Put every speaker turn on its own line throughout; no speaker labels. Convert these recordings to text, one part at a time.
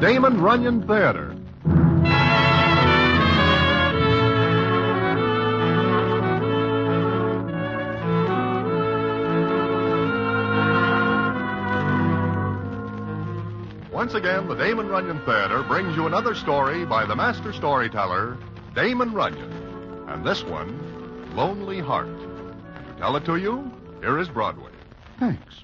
Damon Runyon Theater. Once again, the Damon Runyon Theater brings you another story by the master storyteller, Damon Runyon. And this one, Lonely Heart. And to tell it to you, here is Broadway.
Thanks.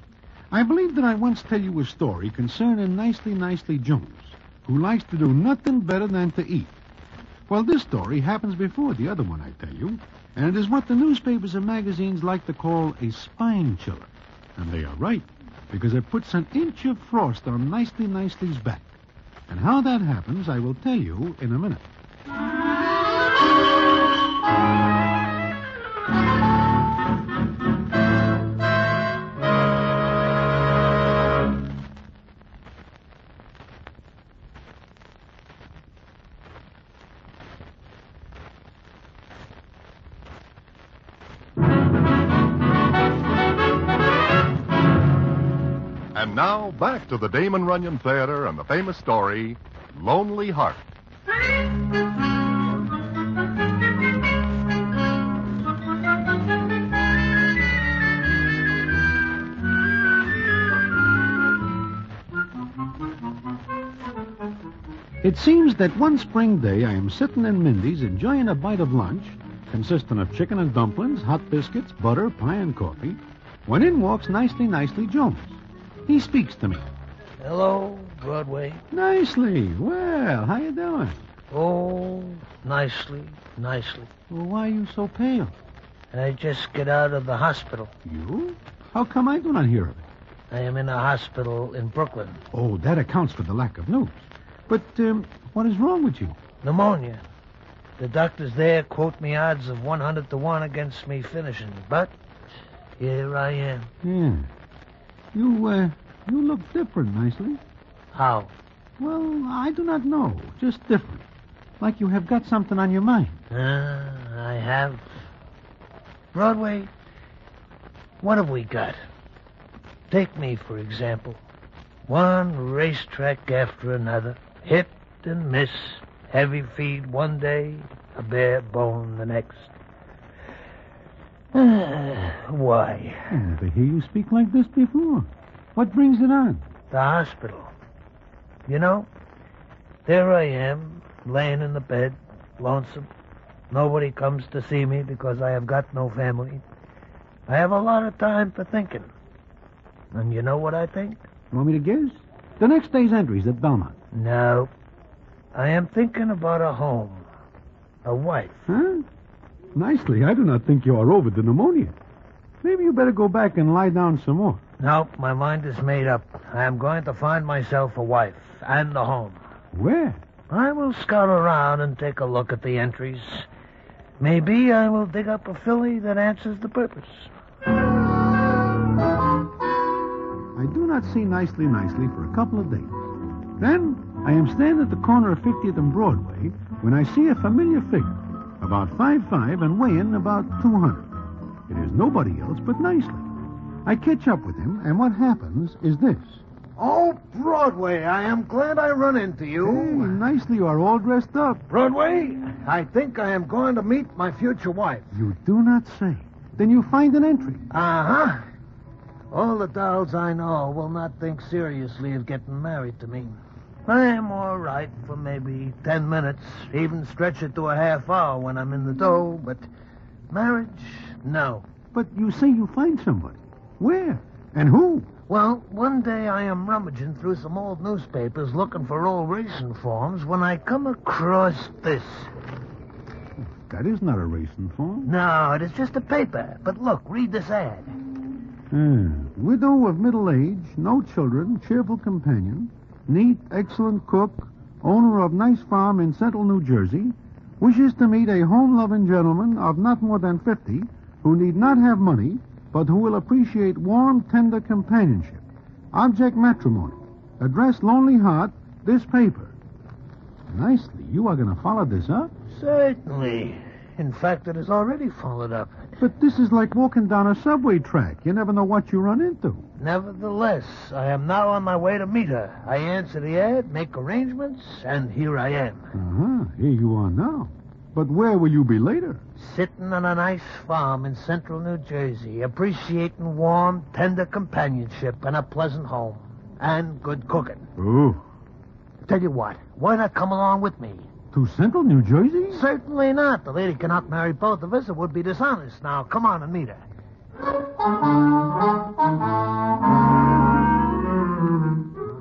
I believe that I once tell you a story concerning Nicely Nicely Jones, who likes to do nothing better than to eat. Well, this story happens before the other one I tell you, and it is what the newspapers and magazines like to call a spine chiller. And they are right, because it puts an inch of frost on Nicely Nicely's back. And how that happens, I will tell you in a minute.
And now, back to the Damon Runyon Theater and the famous story, Lonely Heart.
It seems that one spring day I am sitting in Mindy's enjoying a bite of lunch consisting of chicken and dumplings, hot biscuits, butter, pie, and coffee, when in walks Nicely Nicely Jones. He speaks to me.
Hello, Broadway.
Nicely. Well, how you doing?
Oh, nicely, nicely.
Well, why are you so pale?
I just get out of the hospital.
You? How come I do not hear of it?
I am in a hospital in Brooklyn.
Oh, that accounts for the lack of news. But um, what is wrong with you?
Pneumonia. The doctors there quote me odds of 100 to 1 against me finishing, but here I am.
Yeah. You, uh, you look different, Nicely.
How?
Well, I do not know. Just different. Like you have got something on your mind.
Ah, I have. Broadway, what have we got? Take me, for example. One racetrack after another. Hit and miss. Heavy feed one day, a bare bone the next. Why?
I never hear you speak like this before. What brings it on?
The hospital. You know, there I am, laying in the bed, lonesome. Nobody comes to see me because I have got no family. I have a lot of time for thinking. And you know what I think?
You want me to guess? The next day's entries at Belmont.
No. I am thinking about a home, a wife.
Huh? Nicely, I do not think you are over the pneumonia. Maybe you better go back and lie down some more.
No, my mind is made up. I am going to find myself a wife and a home.
Where?
I will scout around and take a look at the entries. Maybe I will dig up a filly that answers the purpose.
I do not see Nicely Nicely for a couple of days. Then I am standing at the corner of 50th and Broadway when I see a familiar figure, about 5'5 and weighing about 200. It is nobody else but Nicely. I catch up with him, and what happens is this.
Oh, Broadway, I am glad I run into
Hey, Nicely, you are all dressed up.
Hmm, Broadway, I think I am going to meet my future wife.
You do not say. Then you find an entry.
Uh huh. All the dolls I know will not think seriously of getting married to me. I am all right for maybe ten minutes, even stretch it to a half hour when I'm in the dough, but marriage, no.
But you say you find somebody. Where? And who?
Well, one day I am rummaging through some old newspapers looking for old racing forms when I come across this.
That is not a racing form.
No, it is just a paper. But look, read this ad.
Hmm. widow of middle age, no children, cheerful companion, neat, excellent cook, owner of nice farm in central New Jersey, wishes to meet a home-loving gentleman of not more than 50 who need not have money, but who will appreciate warm, tender companionship. Object matrimony. Address Lonely Heart, this paper. Nicely, you are going to follow this up?
Certainly. In fact, it is already followed up.
But this is like walking down a subway track. You never know what you run into.
Nevertheless, I am now on my way to meet her. I answer the ad, make arrangements, and here I am,
Uh-huh. Here you are now. But where will you be later?
sitting on a nice farm in central New Jersey, appreciating warm, tender companionship and a pleasant home and good cooking.
Oh,
Tell you what, why not come along with me?
to central New Jersey?
Certainly not. The lady cannot marry both of us. It would be dishonest. Now, come on and meet her.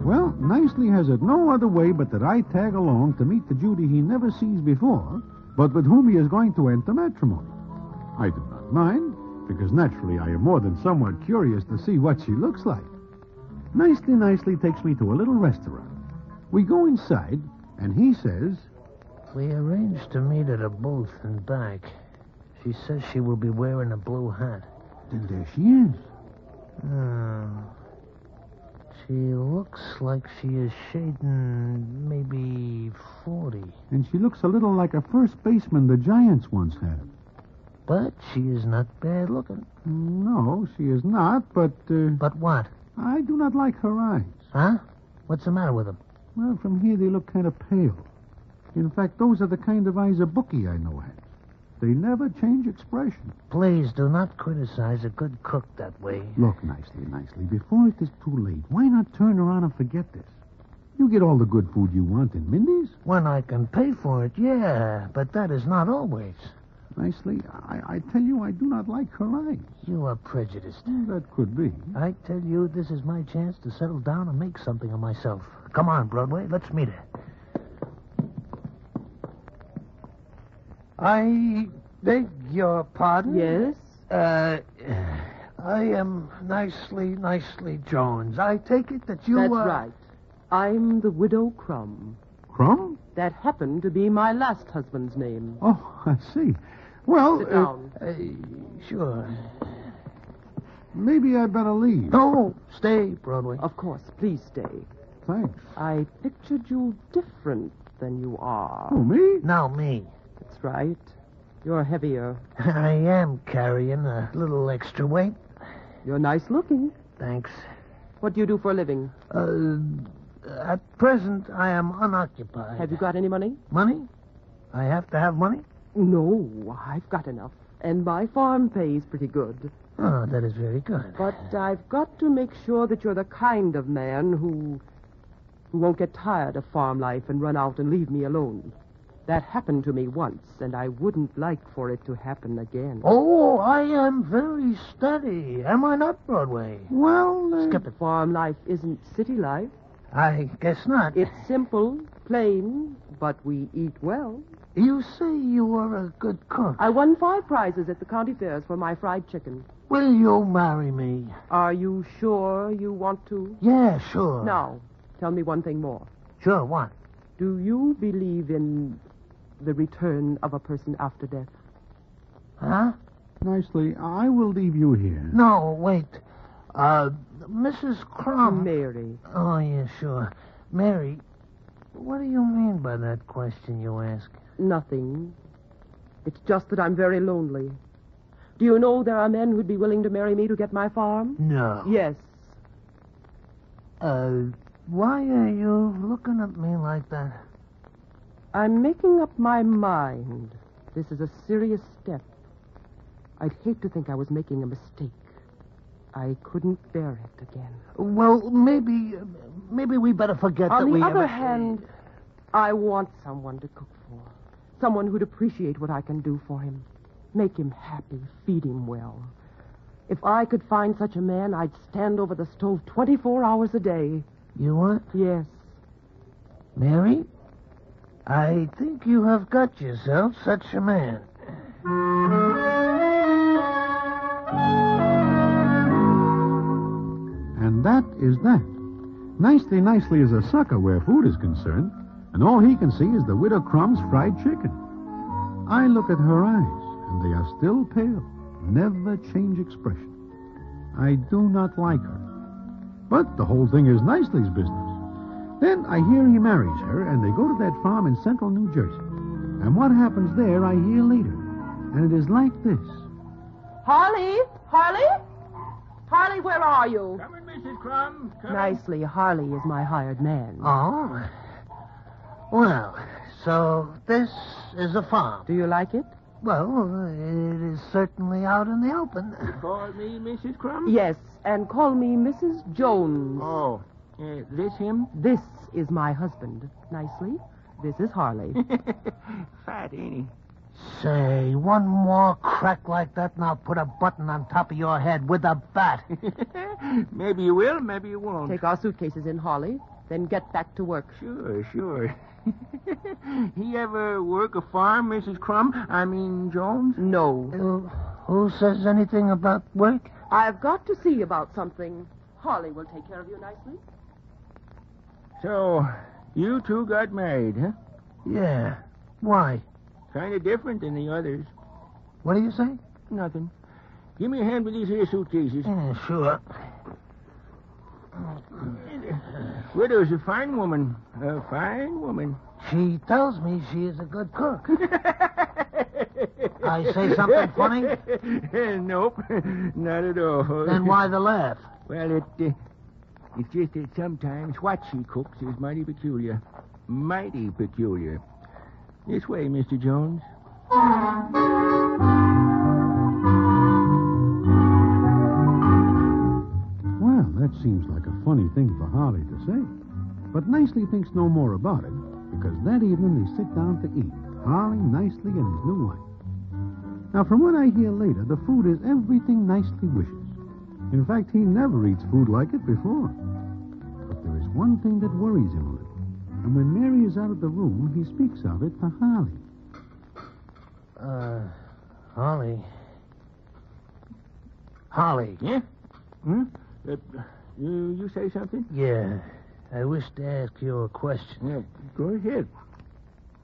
Well, nicely has it no other way but that I tag along to meet the Judy he never sees before, but with whom he is going to enter matrimony. I do not mind, because naturally I am more than somewhat curious to see what she looks like. Nicely, nicely takes me to a little restaurant. We go inside, and he says,
We arranged to meet at a booth and back. She says she will be wearing a blue hat.
Then there she is.
Hmm. She looks like she is shading maybe 40,
And she looks a little like a first baseman the Giants once had.
but she is not bad looking.
No, she is not, but uh,
But what?
I do not like her eyes.
Huh? What's the matter with them?
Well, from here they look kind of pale. In fact, those are the kind of eyes a bookie I know has. They never change expression.
Please do not criticize a good cook that way.
Look nicely, nicely. Before it is too late, why not turn around and forget this? You get all the good food you want in Mindy's.
When I can pay for it, yeah, but that is not always.
Nicely, I, I tell you, I do not like her eyes.
You are prejudiced.
Hmm, That could be.
I tell you, this is my chance to settle down and make something of myself. Come on, Broadway, let's meet her. I beg your pardon?
Yes?
Uh, I am nicely, nicely Jones. I take it that you
That's
are.
right. I'm the Widow Crumb.
Crumb?
That happened to be my last husband's name.
Oh, I see. Well,
Sit
uh,
down.
Uh, sure.
maybe I better leave.
No, stay, Broadway.
Of course, please stay.
Thanks.
I pictured you different than you are.
Oh, me?
Now, me.
That's right. You're heavier.
I am carrying a little extra weight.
You're nice looking.
Thanks.
What do you do for a living?
Uh, at present, I am unoccupied.
Have you got any money?
money? I have to have money?
No, I've got enough. And my farm pays pretty good.
Oh, that is very good.
But I've got to make sure that you're the kind of man who, who won't get tired of farm life and run out and leave me alone. That happened to me once, and I wouldn't like for it to happen again.
Oh, I am very steady. Am I not, Broadway?
Well, uh,
Skip it.
Farm life isn't city life.
I guess not.
It's simple, plain, but we eat well.
You say you are a good cook.
I won five prizes at the county fairs for my fried chicken.
Will you marry me?
Are you sure you want to?
Yeah, sure.
Now, tell me one thing more.
Sure, what?
Do you believe in the return of a person after death?
Huh?
nicely, I will leave you here.
No, wait. Uh, Mrs. Crumb.
Mary.
Oh, yeah, sure. Mary, what do you mean by that question you ask?
Nothing. It's just that I'm very lonely. Do you know there are men who'd be willing to marry me to get my farm?
No.
Yes.
Uh, why are you looking at me like that?
I'm making up my mind. This is a serious step. I'd hate to think I was making a mistake. I couldn't bear it again.
Well, maybe, maybe we better forget that
On
we
the
ever-
other hand, I want someone to cook for. Someone who'd appreciate what I can do for him. Make him happy, feed him well. If I could find such a man, I'd stand over the stove 24 hours a day.
you what,
Yes.
Mary? I think you have got yourself such a man.
And that is that. Nicely, nicely is a sucker where food is concerned, and all he can see is the Widow Crumb's fried chicken. I look at her eyes, and they are still pale, never change expression. I do not like her. But the whole thing is Nicely's business. Then I hear he marries her, and they go to that farm in central New Jersey. And what happens there, I hear later. And it is like this.
Harley? Harley? Harley, where are you?
Coming, Mrs. Crumb. Coming.
Nicely, Harley is my hired man.
Oh? Well, so this is a farm.
Do you like it?
Well, it is certainly out in the open.
Call me Mrs. Crumb?
Yes, and call me Mrs. Jones.
Oh, uh, this him?
This is my husband. Nicely, this is Harley.
Fat, ain't he?
Say, one more crack like that, and I'll put a button on top of your head with a bat.
maybe you will, maybe you won't.
Take our suitcases in, Harley, then get back to work.
Sure, Oh, sure. he ever work a farm, Mrs. Crumb? I mean, Jones?
No.
Who who says anything about work?
I've got to see about something. Harley will take care of you nicely.
So, you two got married, huh?
Yeah. Why?
Kind of different than the others.
What do you say?
Nothing. Give me a hand with these here suitcases.
Yeah, sure.
Widow's a fine woman. A fine woman.
She tells me she is a good cook. I say something funny?
nope, not at all.
Then why the laugh?
Well, it, uh, it's just that sometimes what she cooks is mighty peculiar. Mighty peculiar. This way, Mr. Jones.
Well, that seems like a funny thing for Harley to say. But Nicely thinks no more about it, because that evening they sit down to eat, Harley, Nicely, and his new wife. Now, from what I hear later, the food is everything Nicely wishes. In fact, he never eats food like it before. But there is one thing that worries him a little, and when Mary is out of the room, he speaks of it to Harley.
Uh, Holly. Holly.
Yeah? Hmm? Uh, you, you say something?
Yeah. I wish to ask you a question.
Yeah, go ahead.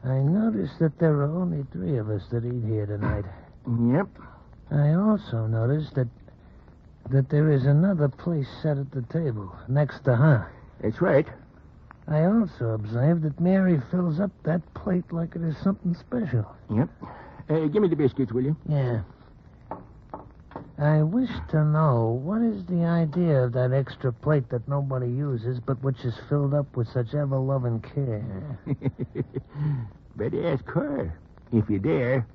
I noticed that there are only three of us that eat here tonight.
Yep.
I also noticed that that there is another place set at the table next to her.
That's right.
I also observed that Mary fills up that plate like it is something special.
Yep. Uh, give me the biscuits, will you?
Yeah. I wish to know what is the idea of that extra plate that nobody uses, but which is filled up with such ever loving care.
Better ask her, if you dare.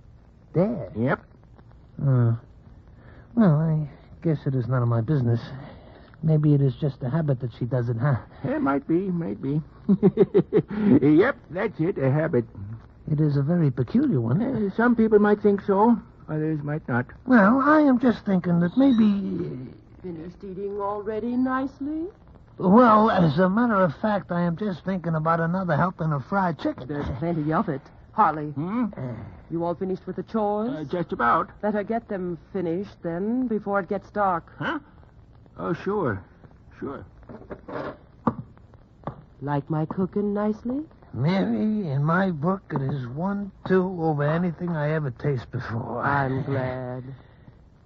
There.
Yep.
Uh, well, I guess it is none of my business. Maybe it is just a habit that she does it, huh?
It uh, might be, might be. yep, that's it, a habit.
It is a very peculiar one.
Uh, some people might think so, others might not.
Well, I am just thinking that maybe.
Finished eating already nicely?
Well, as a matter of fact, I am just thinking about another helping of fried chicken.
There's plenty of it. Harley,
Hmm?
you all finished with the chores?
Uh, just about.
Better get them finished then before it gets dark.
Huh? Oh, sure. Sure.
Like my cooking nicely?
Mary, in my book, it is one two over anything I ever taste before.
I'm glad.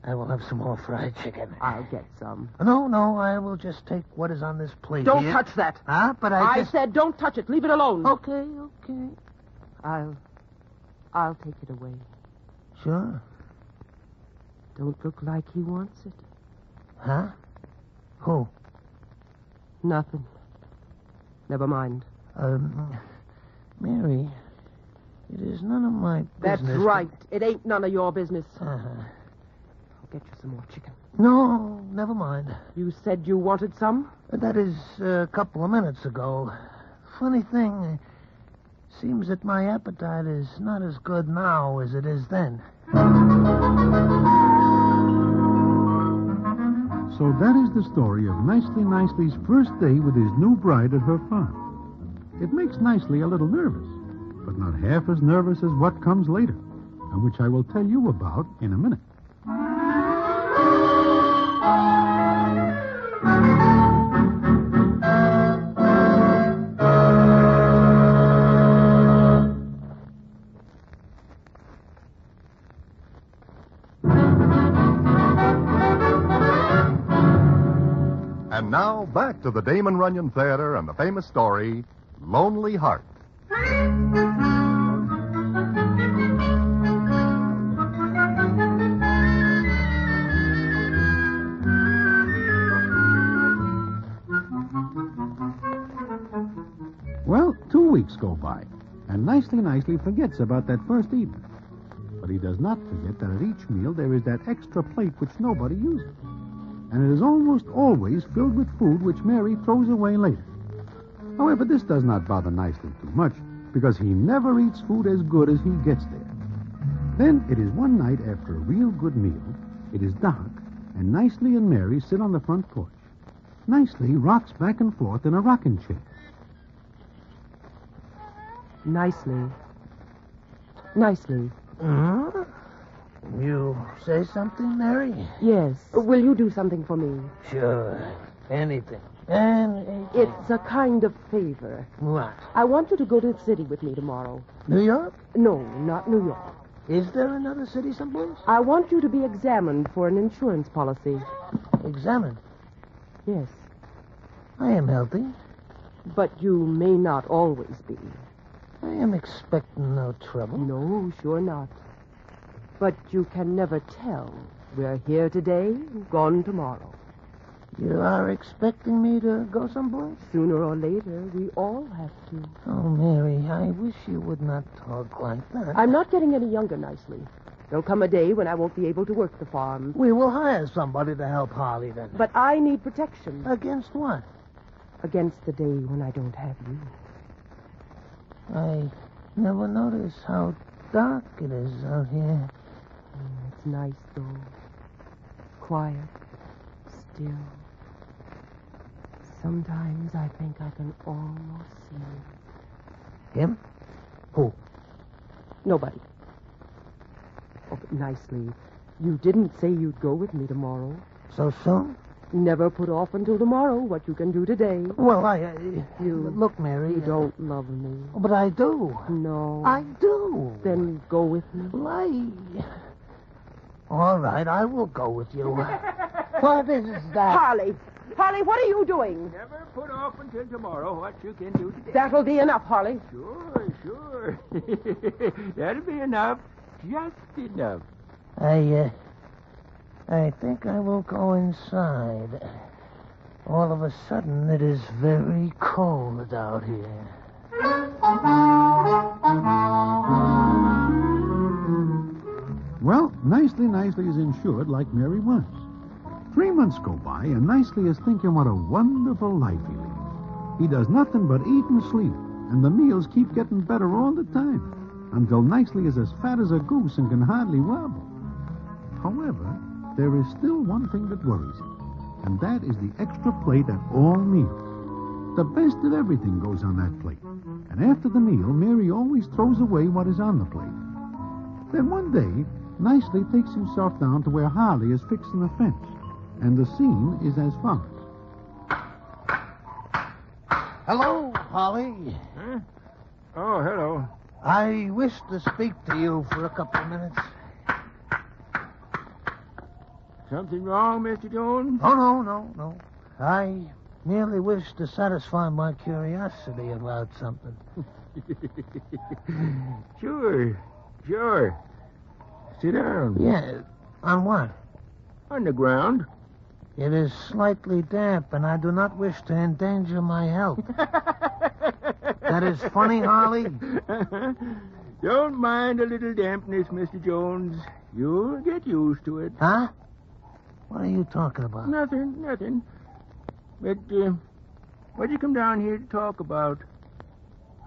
I will have some more fried chicken.
I'll get some.
No, no, I will just take what is on this plate.
Don't
here.
touch that.
Huh? But I,
I, Oh.
just...
said don't touch it. Leave it alone.
Okay, okay.
I'll I'll take it away.
Sure.
Don't look like he wants it.
Huh? Who?
Nothing. Never mind.
Um, Mary, it is none of my
That's
business.
right. It ain't none of your business.
Uh-huh.
I'll get you some more chicken.
No, never mind.
You said you wanted some?
That is uh, a couple of minutes ago. Funny thing, uh, seems that my appetite is not as good now as it is then.
So that is the story of Nicely Nicely's first day with his new bride at her farm. It makes Nicely a little nervous, but not half as nervous as what comes later, and which I will tell you about in a minute.
And now back to the Damon Runyon Theater and the famous story, Lonely Heart.
weeks go by, and nicely, nicely forgets about that first evening. But he does not forget that at each meal there is that extra plate which nobody uses. And it is almost always filled with food which Mary throws away later. However, this does not bother Nicely too much because he never eats food as good as he gets there. Then it is one night after a real good meal. It is dark, and Nicely and Mary sit on the front porch. Nicely rocks back and forth in a rocking chair.
Nicely. Nicely.
hmm You say something, Mary?
Yes. Will you do something for me?
Sure. Anything. And
It's a kind of favor.
what?
I want you to go to the city with me tomorrow.
New York?
No, not New York.
Is there another city someplace?
I want you to be examined for an insurance policy.
Examine.
Yes.
I am healthy.
But you may not always be.
I am expecting no trouble.
No, sure not. But you can never tell. We're here today, gone tomorrow.
You are expecting me to go someplace?
Sooner or later, we all have to.
Oh, Mary, I wish you would not talk like that.
I'm not getting any younger nicely. There'll come a day when I won't be able to work the farm.
We will hire somebody to help Harley then.
But I need protection
Against what?
against the day when I don't have you.
I never notice how dark it is out here.
It's nice, though. Quiet, still. Sometimes I think I can almost see you.
Him?
Nobody. Oh, but nicely. You didn't say you'd go with me tomorrow.
So soon?
Never put off until tomorrow what you can do today.
Well, I. Uh,
You-
Look, Mary.
You
uh,
don't love me.
But I do.
No.
I do.
Then go with me.
Why? All right, I will go with you. what is that?
Harley! Harley, what are you doing?
Never put off until tomorrow what you can do today.
That'll be enough, Harley.
Sure, sure. That'll be enough. Just enough.
I, uh, I think I will go inside. All of a sudden, it is very cold out here.
Well, Nicely Nicely is insured like Mary was. Three months go by, and Nicely is thinking what a wonderful life he leads. He does nothing but eat and sleep, and the meals keep getting better all the time, until Nicely is as fat as a goose and can hardly wobble. However, there is still one thing that worries him, and that is the extra plate at all meals. The best of everything goes on that plate, and after the meal, Mary always throws away what is on the plate. Then one day, Nicely takes himself down to where Harley is fixing a fence. And the scene is as follows.
Hello, Holly.
Oh, hello.
I wish to speak to you for a couple of minutes.
Something wrong, Mr. Jones?
Oh, no, no, no. I merely wish to satisfy my curiosity about something.
sure, sure. Sit down.
Yeah, on what?
On the ground.
It is slightly damp, and I do not wish to endanger my health.
that
is funny, Harley.
Don't mind a little dampness, Mr. Jones. You'll get used to it.
huh? What are you talking about?
Nothing, nothing. But uh, what'd you come down here to talk about?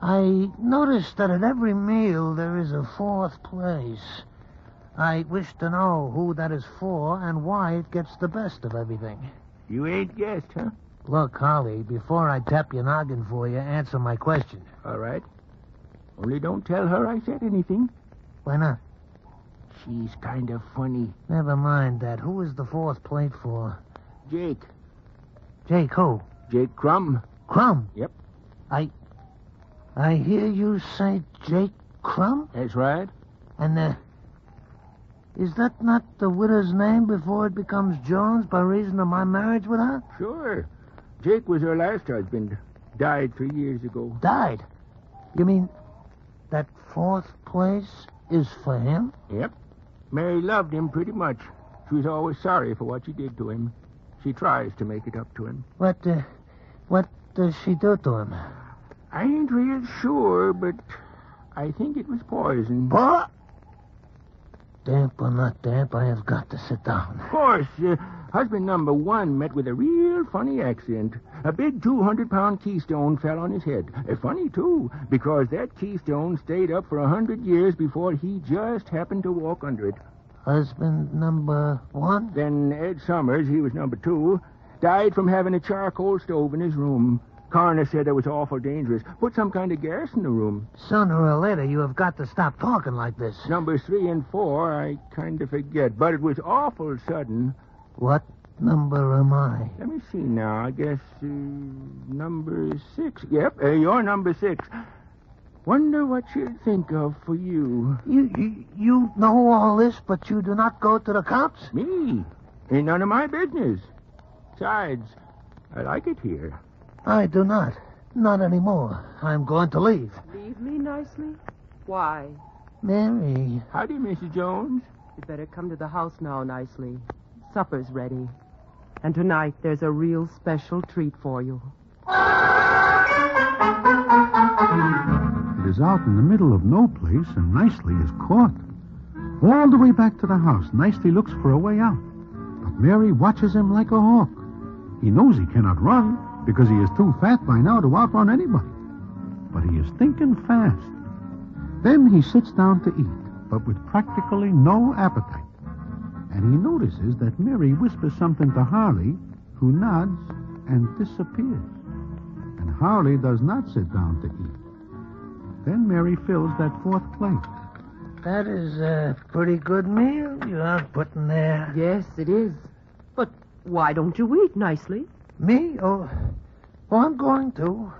I notice that at every meal there is a fourth place. I wish to know who that is for and why it gets the best of everything.
You ain't guessed, huh?
Look, Holly, before I tap your noggin for you, answer my question.
All right. Only don't tell her I said anything.
Why not?
She's kind of funny.
Never mind that. Who is the fourth plate for?
Jake.
Jake, who?
Jake Crumb.
Crumb.
Yep.
I. I hear you say Jake Crumb?
That's right.
And, uh. Is that not the widow's name before it becomes Jones by reason of my marriage with her?
Sure. Jake was her last husband. Died three years ago.
Died. You mean that fourth place is for him?
Yep. Mary loved him pretty much. She was always sorry for what she did to him. She tries to make it up to him.
What, uh. What does she do to him?
I ain't real sure, but I think it was poison.
But, damp or not damp, I have got to sit down.
Of course, uh, husband number one met with a real funny accident. A big 200 pound keystone fell on his head. Uh, funny, too, because that keystone stayed up for a 100 years before he just happened to walk under it.
Husband number one?
Then Ed Summers, he was number two, died from having a charcoal stove in his room. Coroner said that was awful dangerous. Put some kind of gas in the room.
Sooner or later, you have got to stop talking like this.
Numbers three and four, I kind of forget, but it was awful sudden.
What number am I?
Let me see now. I guess uh, number six. Yep, uh, you're number six. Wonder what she'd think of for you.
You, you you know all this, but you do not go to the cops?
Me? Ain't none of my business. Besides, I like it here.
I do not. Not anymore. I'm going to leave.
Leave me nicely? Why?
Mary,
Howdy, Mrs. Jones.
You better come to the house now nicely. Supper's ready. And tonight there's a real special treat for you.
It is out in the middle of no place, and Nicely is caught. All the way back to the house, Nicely looks for a way out. But Mary watches him like a hawk. He knows he cannot run because he is too fat by now to outrun anybody. But he is thinking fast. Then he sits down to eat, but with practically no appetite. And he notices that Mary whispers something to Harley, who nods and disappears. And Harley does not sit down to eat. Then Mary fills that fourth plate.
that is a pretty good meal you are putting there.
Yes, it is. But why don't you eat nicely?
Me? Oh, well, I'm going to.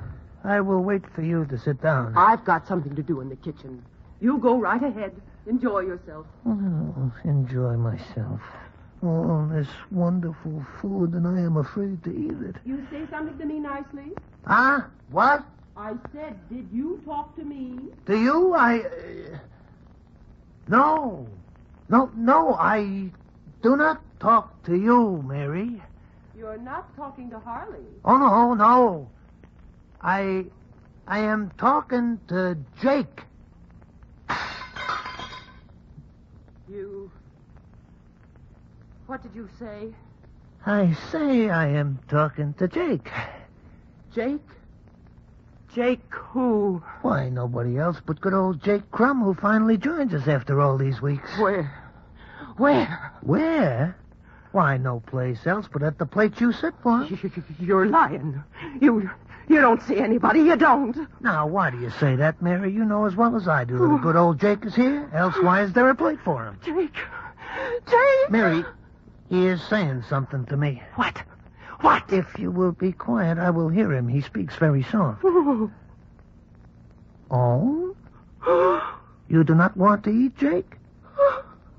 I will wait for you to sit down.
I've got something to do in the kitchen. You go right ahead. Enjoy yourself.
Oh, enjoy myself. All this wonderful food, and I am afraid to eat it.
You say something to me nicely?
Huh? What?
I said, did you talk to me?
Do you? I. Uh, no. No, no, I do not talk to you, Mary.
You're not talking to Harley.
Oh, no, no. I. I am talking to Jake.
You. What did you say?
I say I am talking to Jake.
Jake? Jake who?
Why, nobody else but good old Jake Crumb, who finally joins us after all these weeks.
Where? Where?
Where? Why, no place else but at the plate you sit for.
You're lying. You you don't see anybody. You don't.
Now, why do you say that, Mary? You know as well as I do that a good old Jake is here. Else, why is there a plate for him?
Jake. Jake.
Mary, he is saying something to me.
What? What?
If you will be quiet, I will hear him. He speaks very soft.
Oh.
Oh? You do not want to eat, Jake?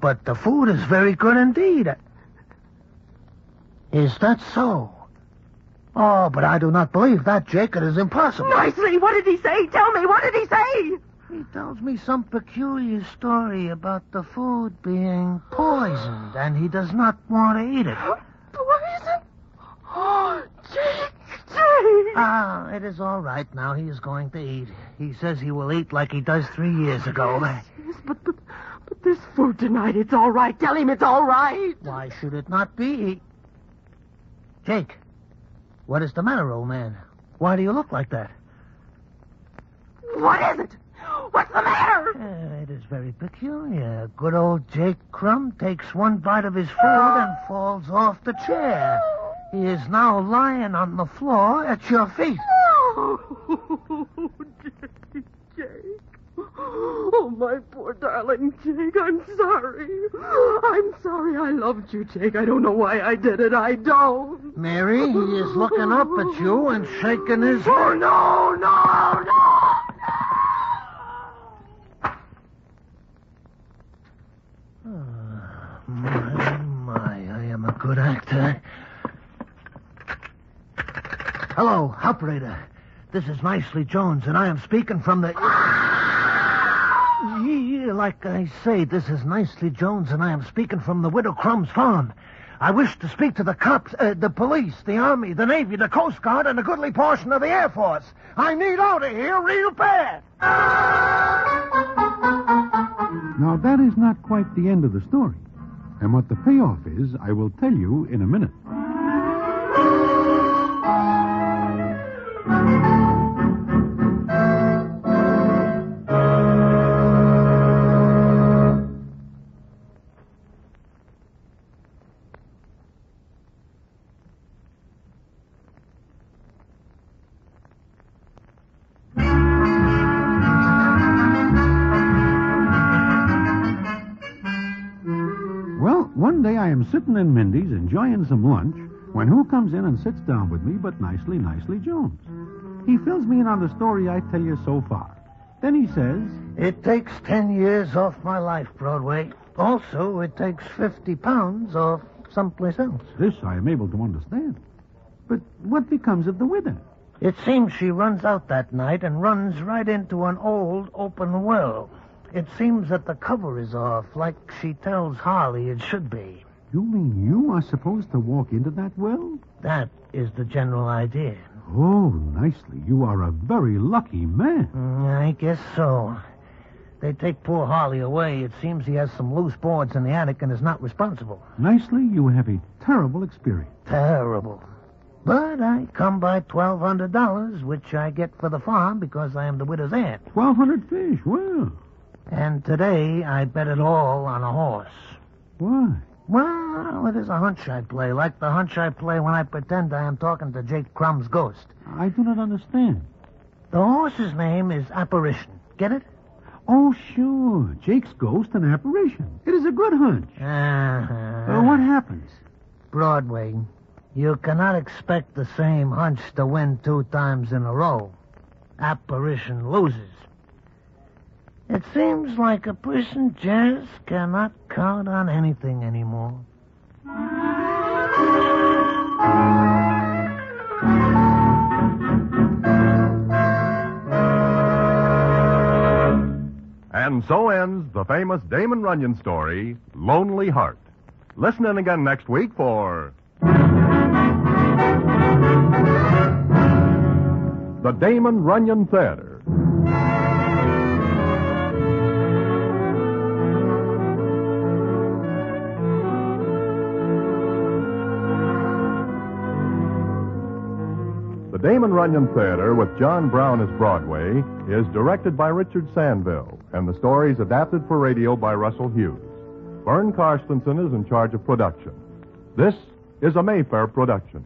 But the food is very good indeed. Is that so? Oh, but I do not believe that, Jake. It is impossible.
Nicely. What did he say? Tell me. What did he say?
He tells me some peculiar story about the food being poisoned, and he does not want to eat it.
Poison. Oh, Jake. Jake.
Ah, it is all right now. He is going to eat. He says he will eat like he does three years ago.
Yes, but, but but this food tonight. It's all right. Tell him it's all right.
Why should it not be? Jake, what is the matter, old man? Why do you look like that?
What is it? What's the matter?
Uh, it is very peculiar. Good old Jake Crumb takes one bite of his food and falls off the chair. He is now lying on the floor at your feet.
Oh, Jake, Jake. Oh, my poor darling Jake. I'm sorry. I'm sorry I loved you, Jake. I don't know why I did it. I don't.
Mary, he is looking up at you and shaking his
Oh,
head.
no, no, no.
My, my, I am a good actor. Hello, operator. This is Nicely Jones, and I am speaking from the. Yeah, like I say, this is Nicely Jones, and I am speaking from the Widow Crumb's farm. I wish to speak to the cops, uh, the police, the army, the navy, the coast guard, and a goodly portion of the air force. I need out of here real bad.
Now, that is not quite the end of the story. And what the payoff is, I will tell you in a minute. Well, one day I am sitting in Mindy's enjoying some lunch when who comes in and sits down with me but nicely, nicely Jones. He fills me in on the story I tell you so far. Then he says,
It takes ten years off my life, Broadway. Also, it takes 50 pounds off someplace else.
This I am able to understand. But what becomes of the widow?
It seems she runs out that night and runs right into an old open well. It seems that the cover is off, like she tells Harley it should be.
You mean you are supposed to walk into that well?
That is the general idea.
Oh, nicely. You are a very lucky man.
Mm, I guess so. They take poor Harley away. It seems he has some loose boards in the attic and is not responsible.
Nicely, you have a terrible experience.
Terrible. But I come by $1,200, which I get for the farm because I am the widow's aunt.
1,200 fish. Well,
And today I bet it all on a horse.
why?
Well, it is a hunch I play, like the hunch I play when I pretend I am talking to Jake Crumb's ghost.
I do not understand.
The horse's name is Apparition. Get it?
Oh, sure. Jake's ghost and apparition. It is a good hunch.
Uh-huh.
Uh, what happens?
Broadway. You cannot expect the same hunch to win two times in a row. Apparition loses. It seems like a person just cannot count on anything anymore.
And so ends the famous Damon Runyon story, Lonely Heart. Listen in again next week for. The Damon Runyon Theater. The Damon Runyon Theater with John Brown as Broadway is directed by Richard Sandville, and the story is adapted for radio by Russell Hughes. Vern Karstensen is in charge of production. This is a Mayfair production.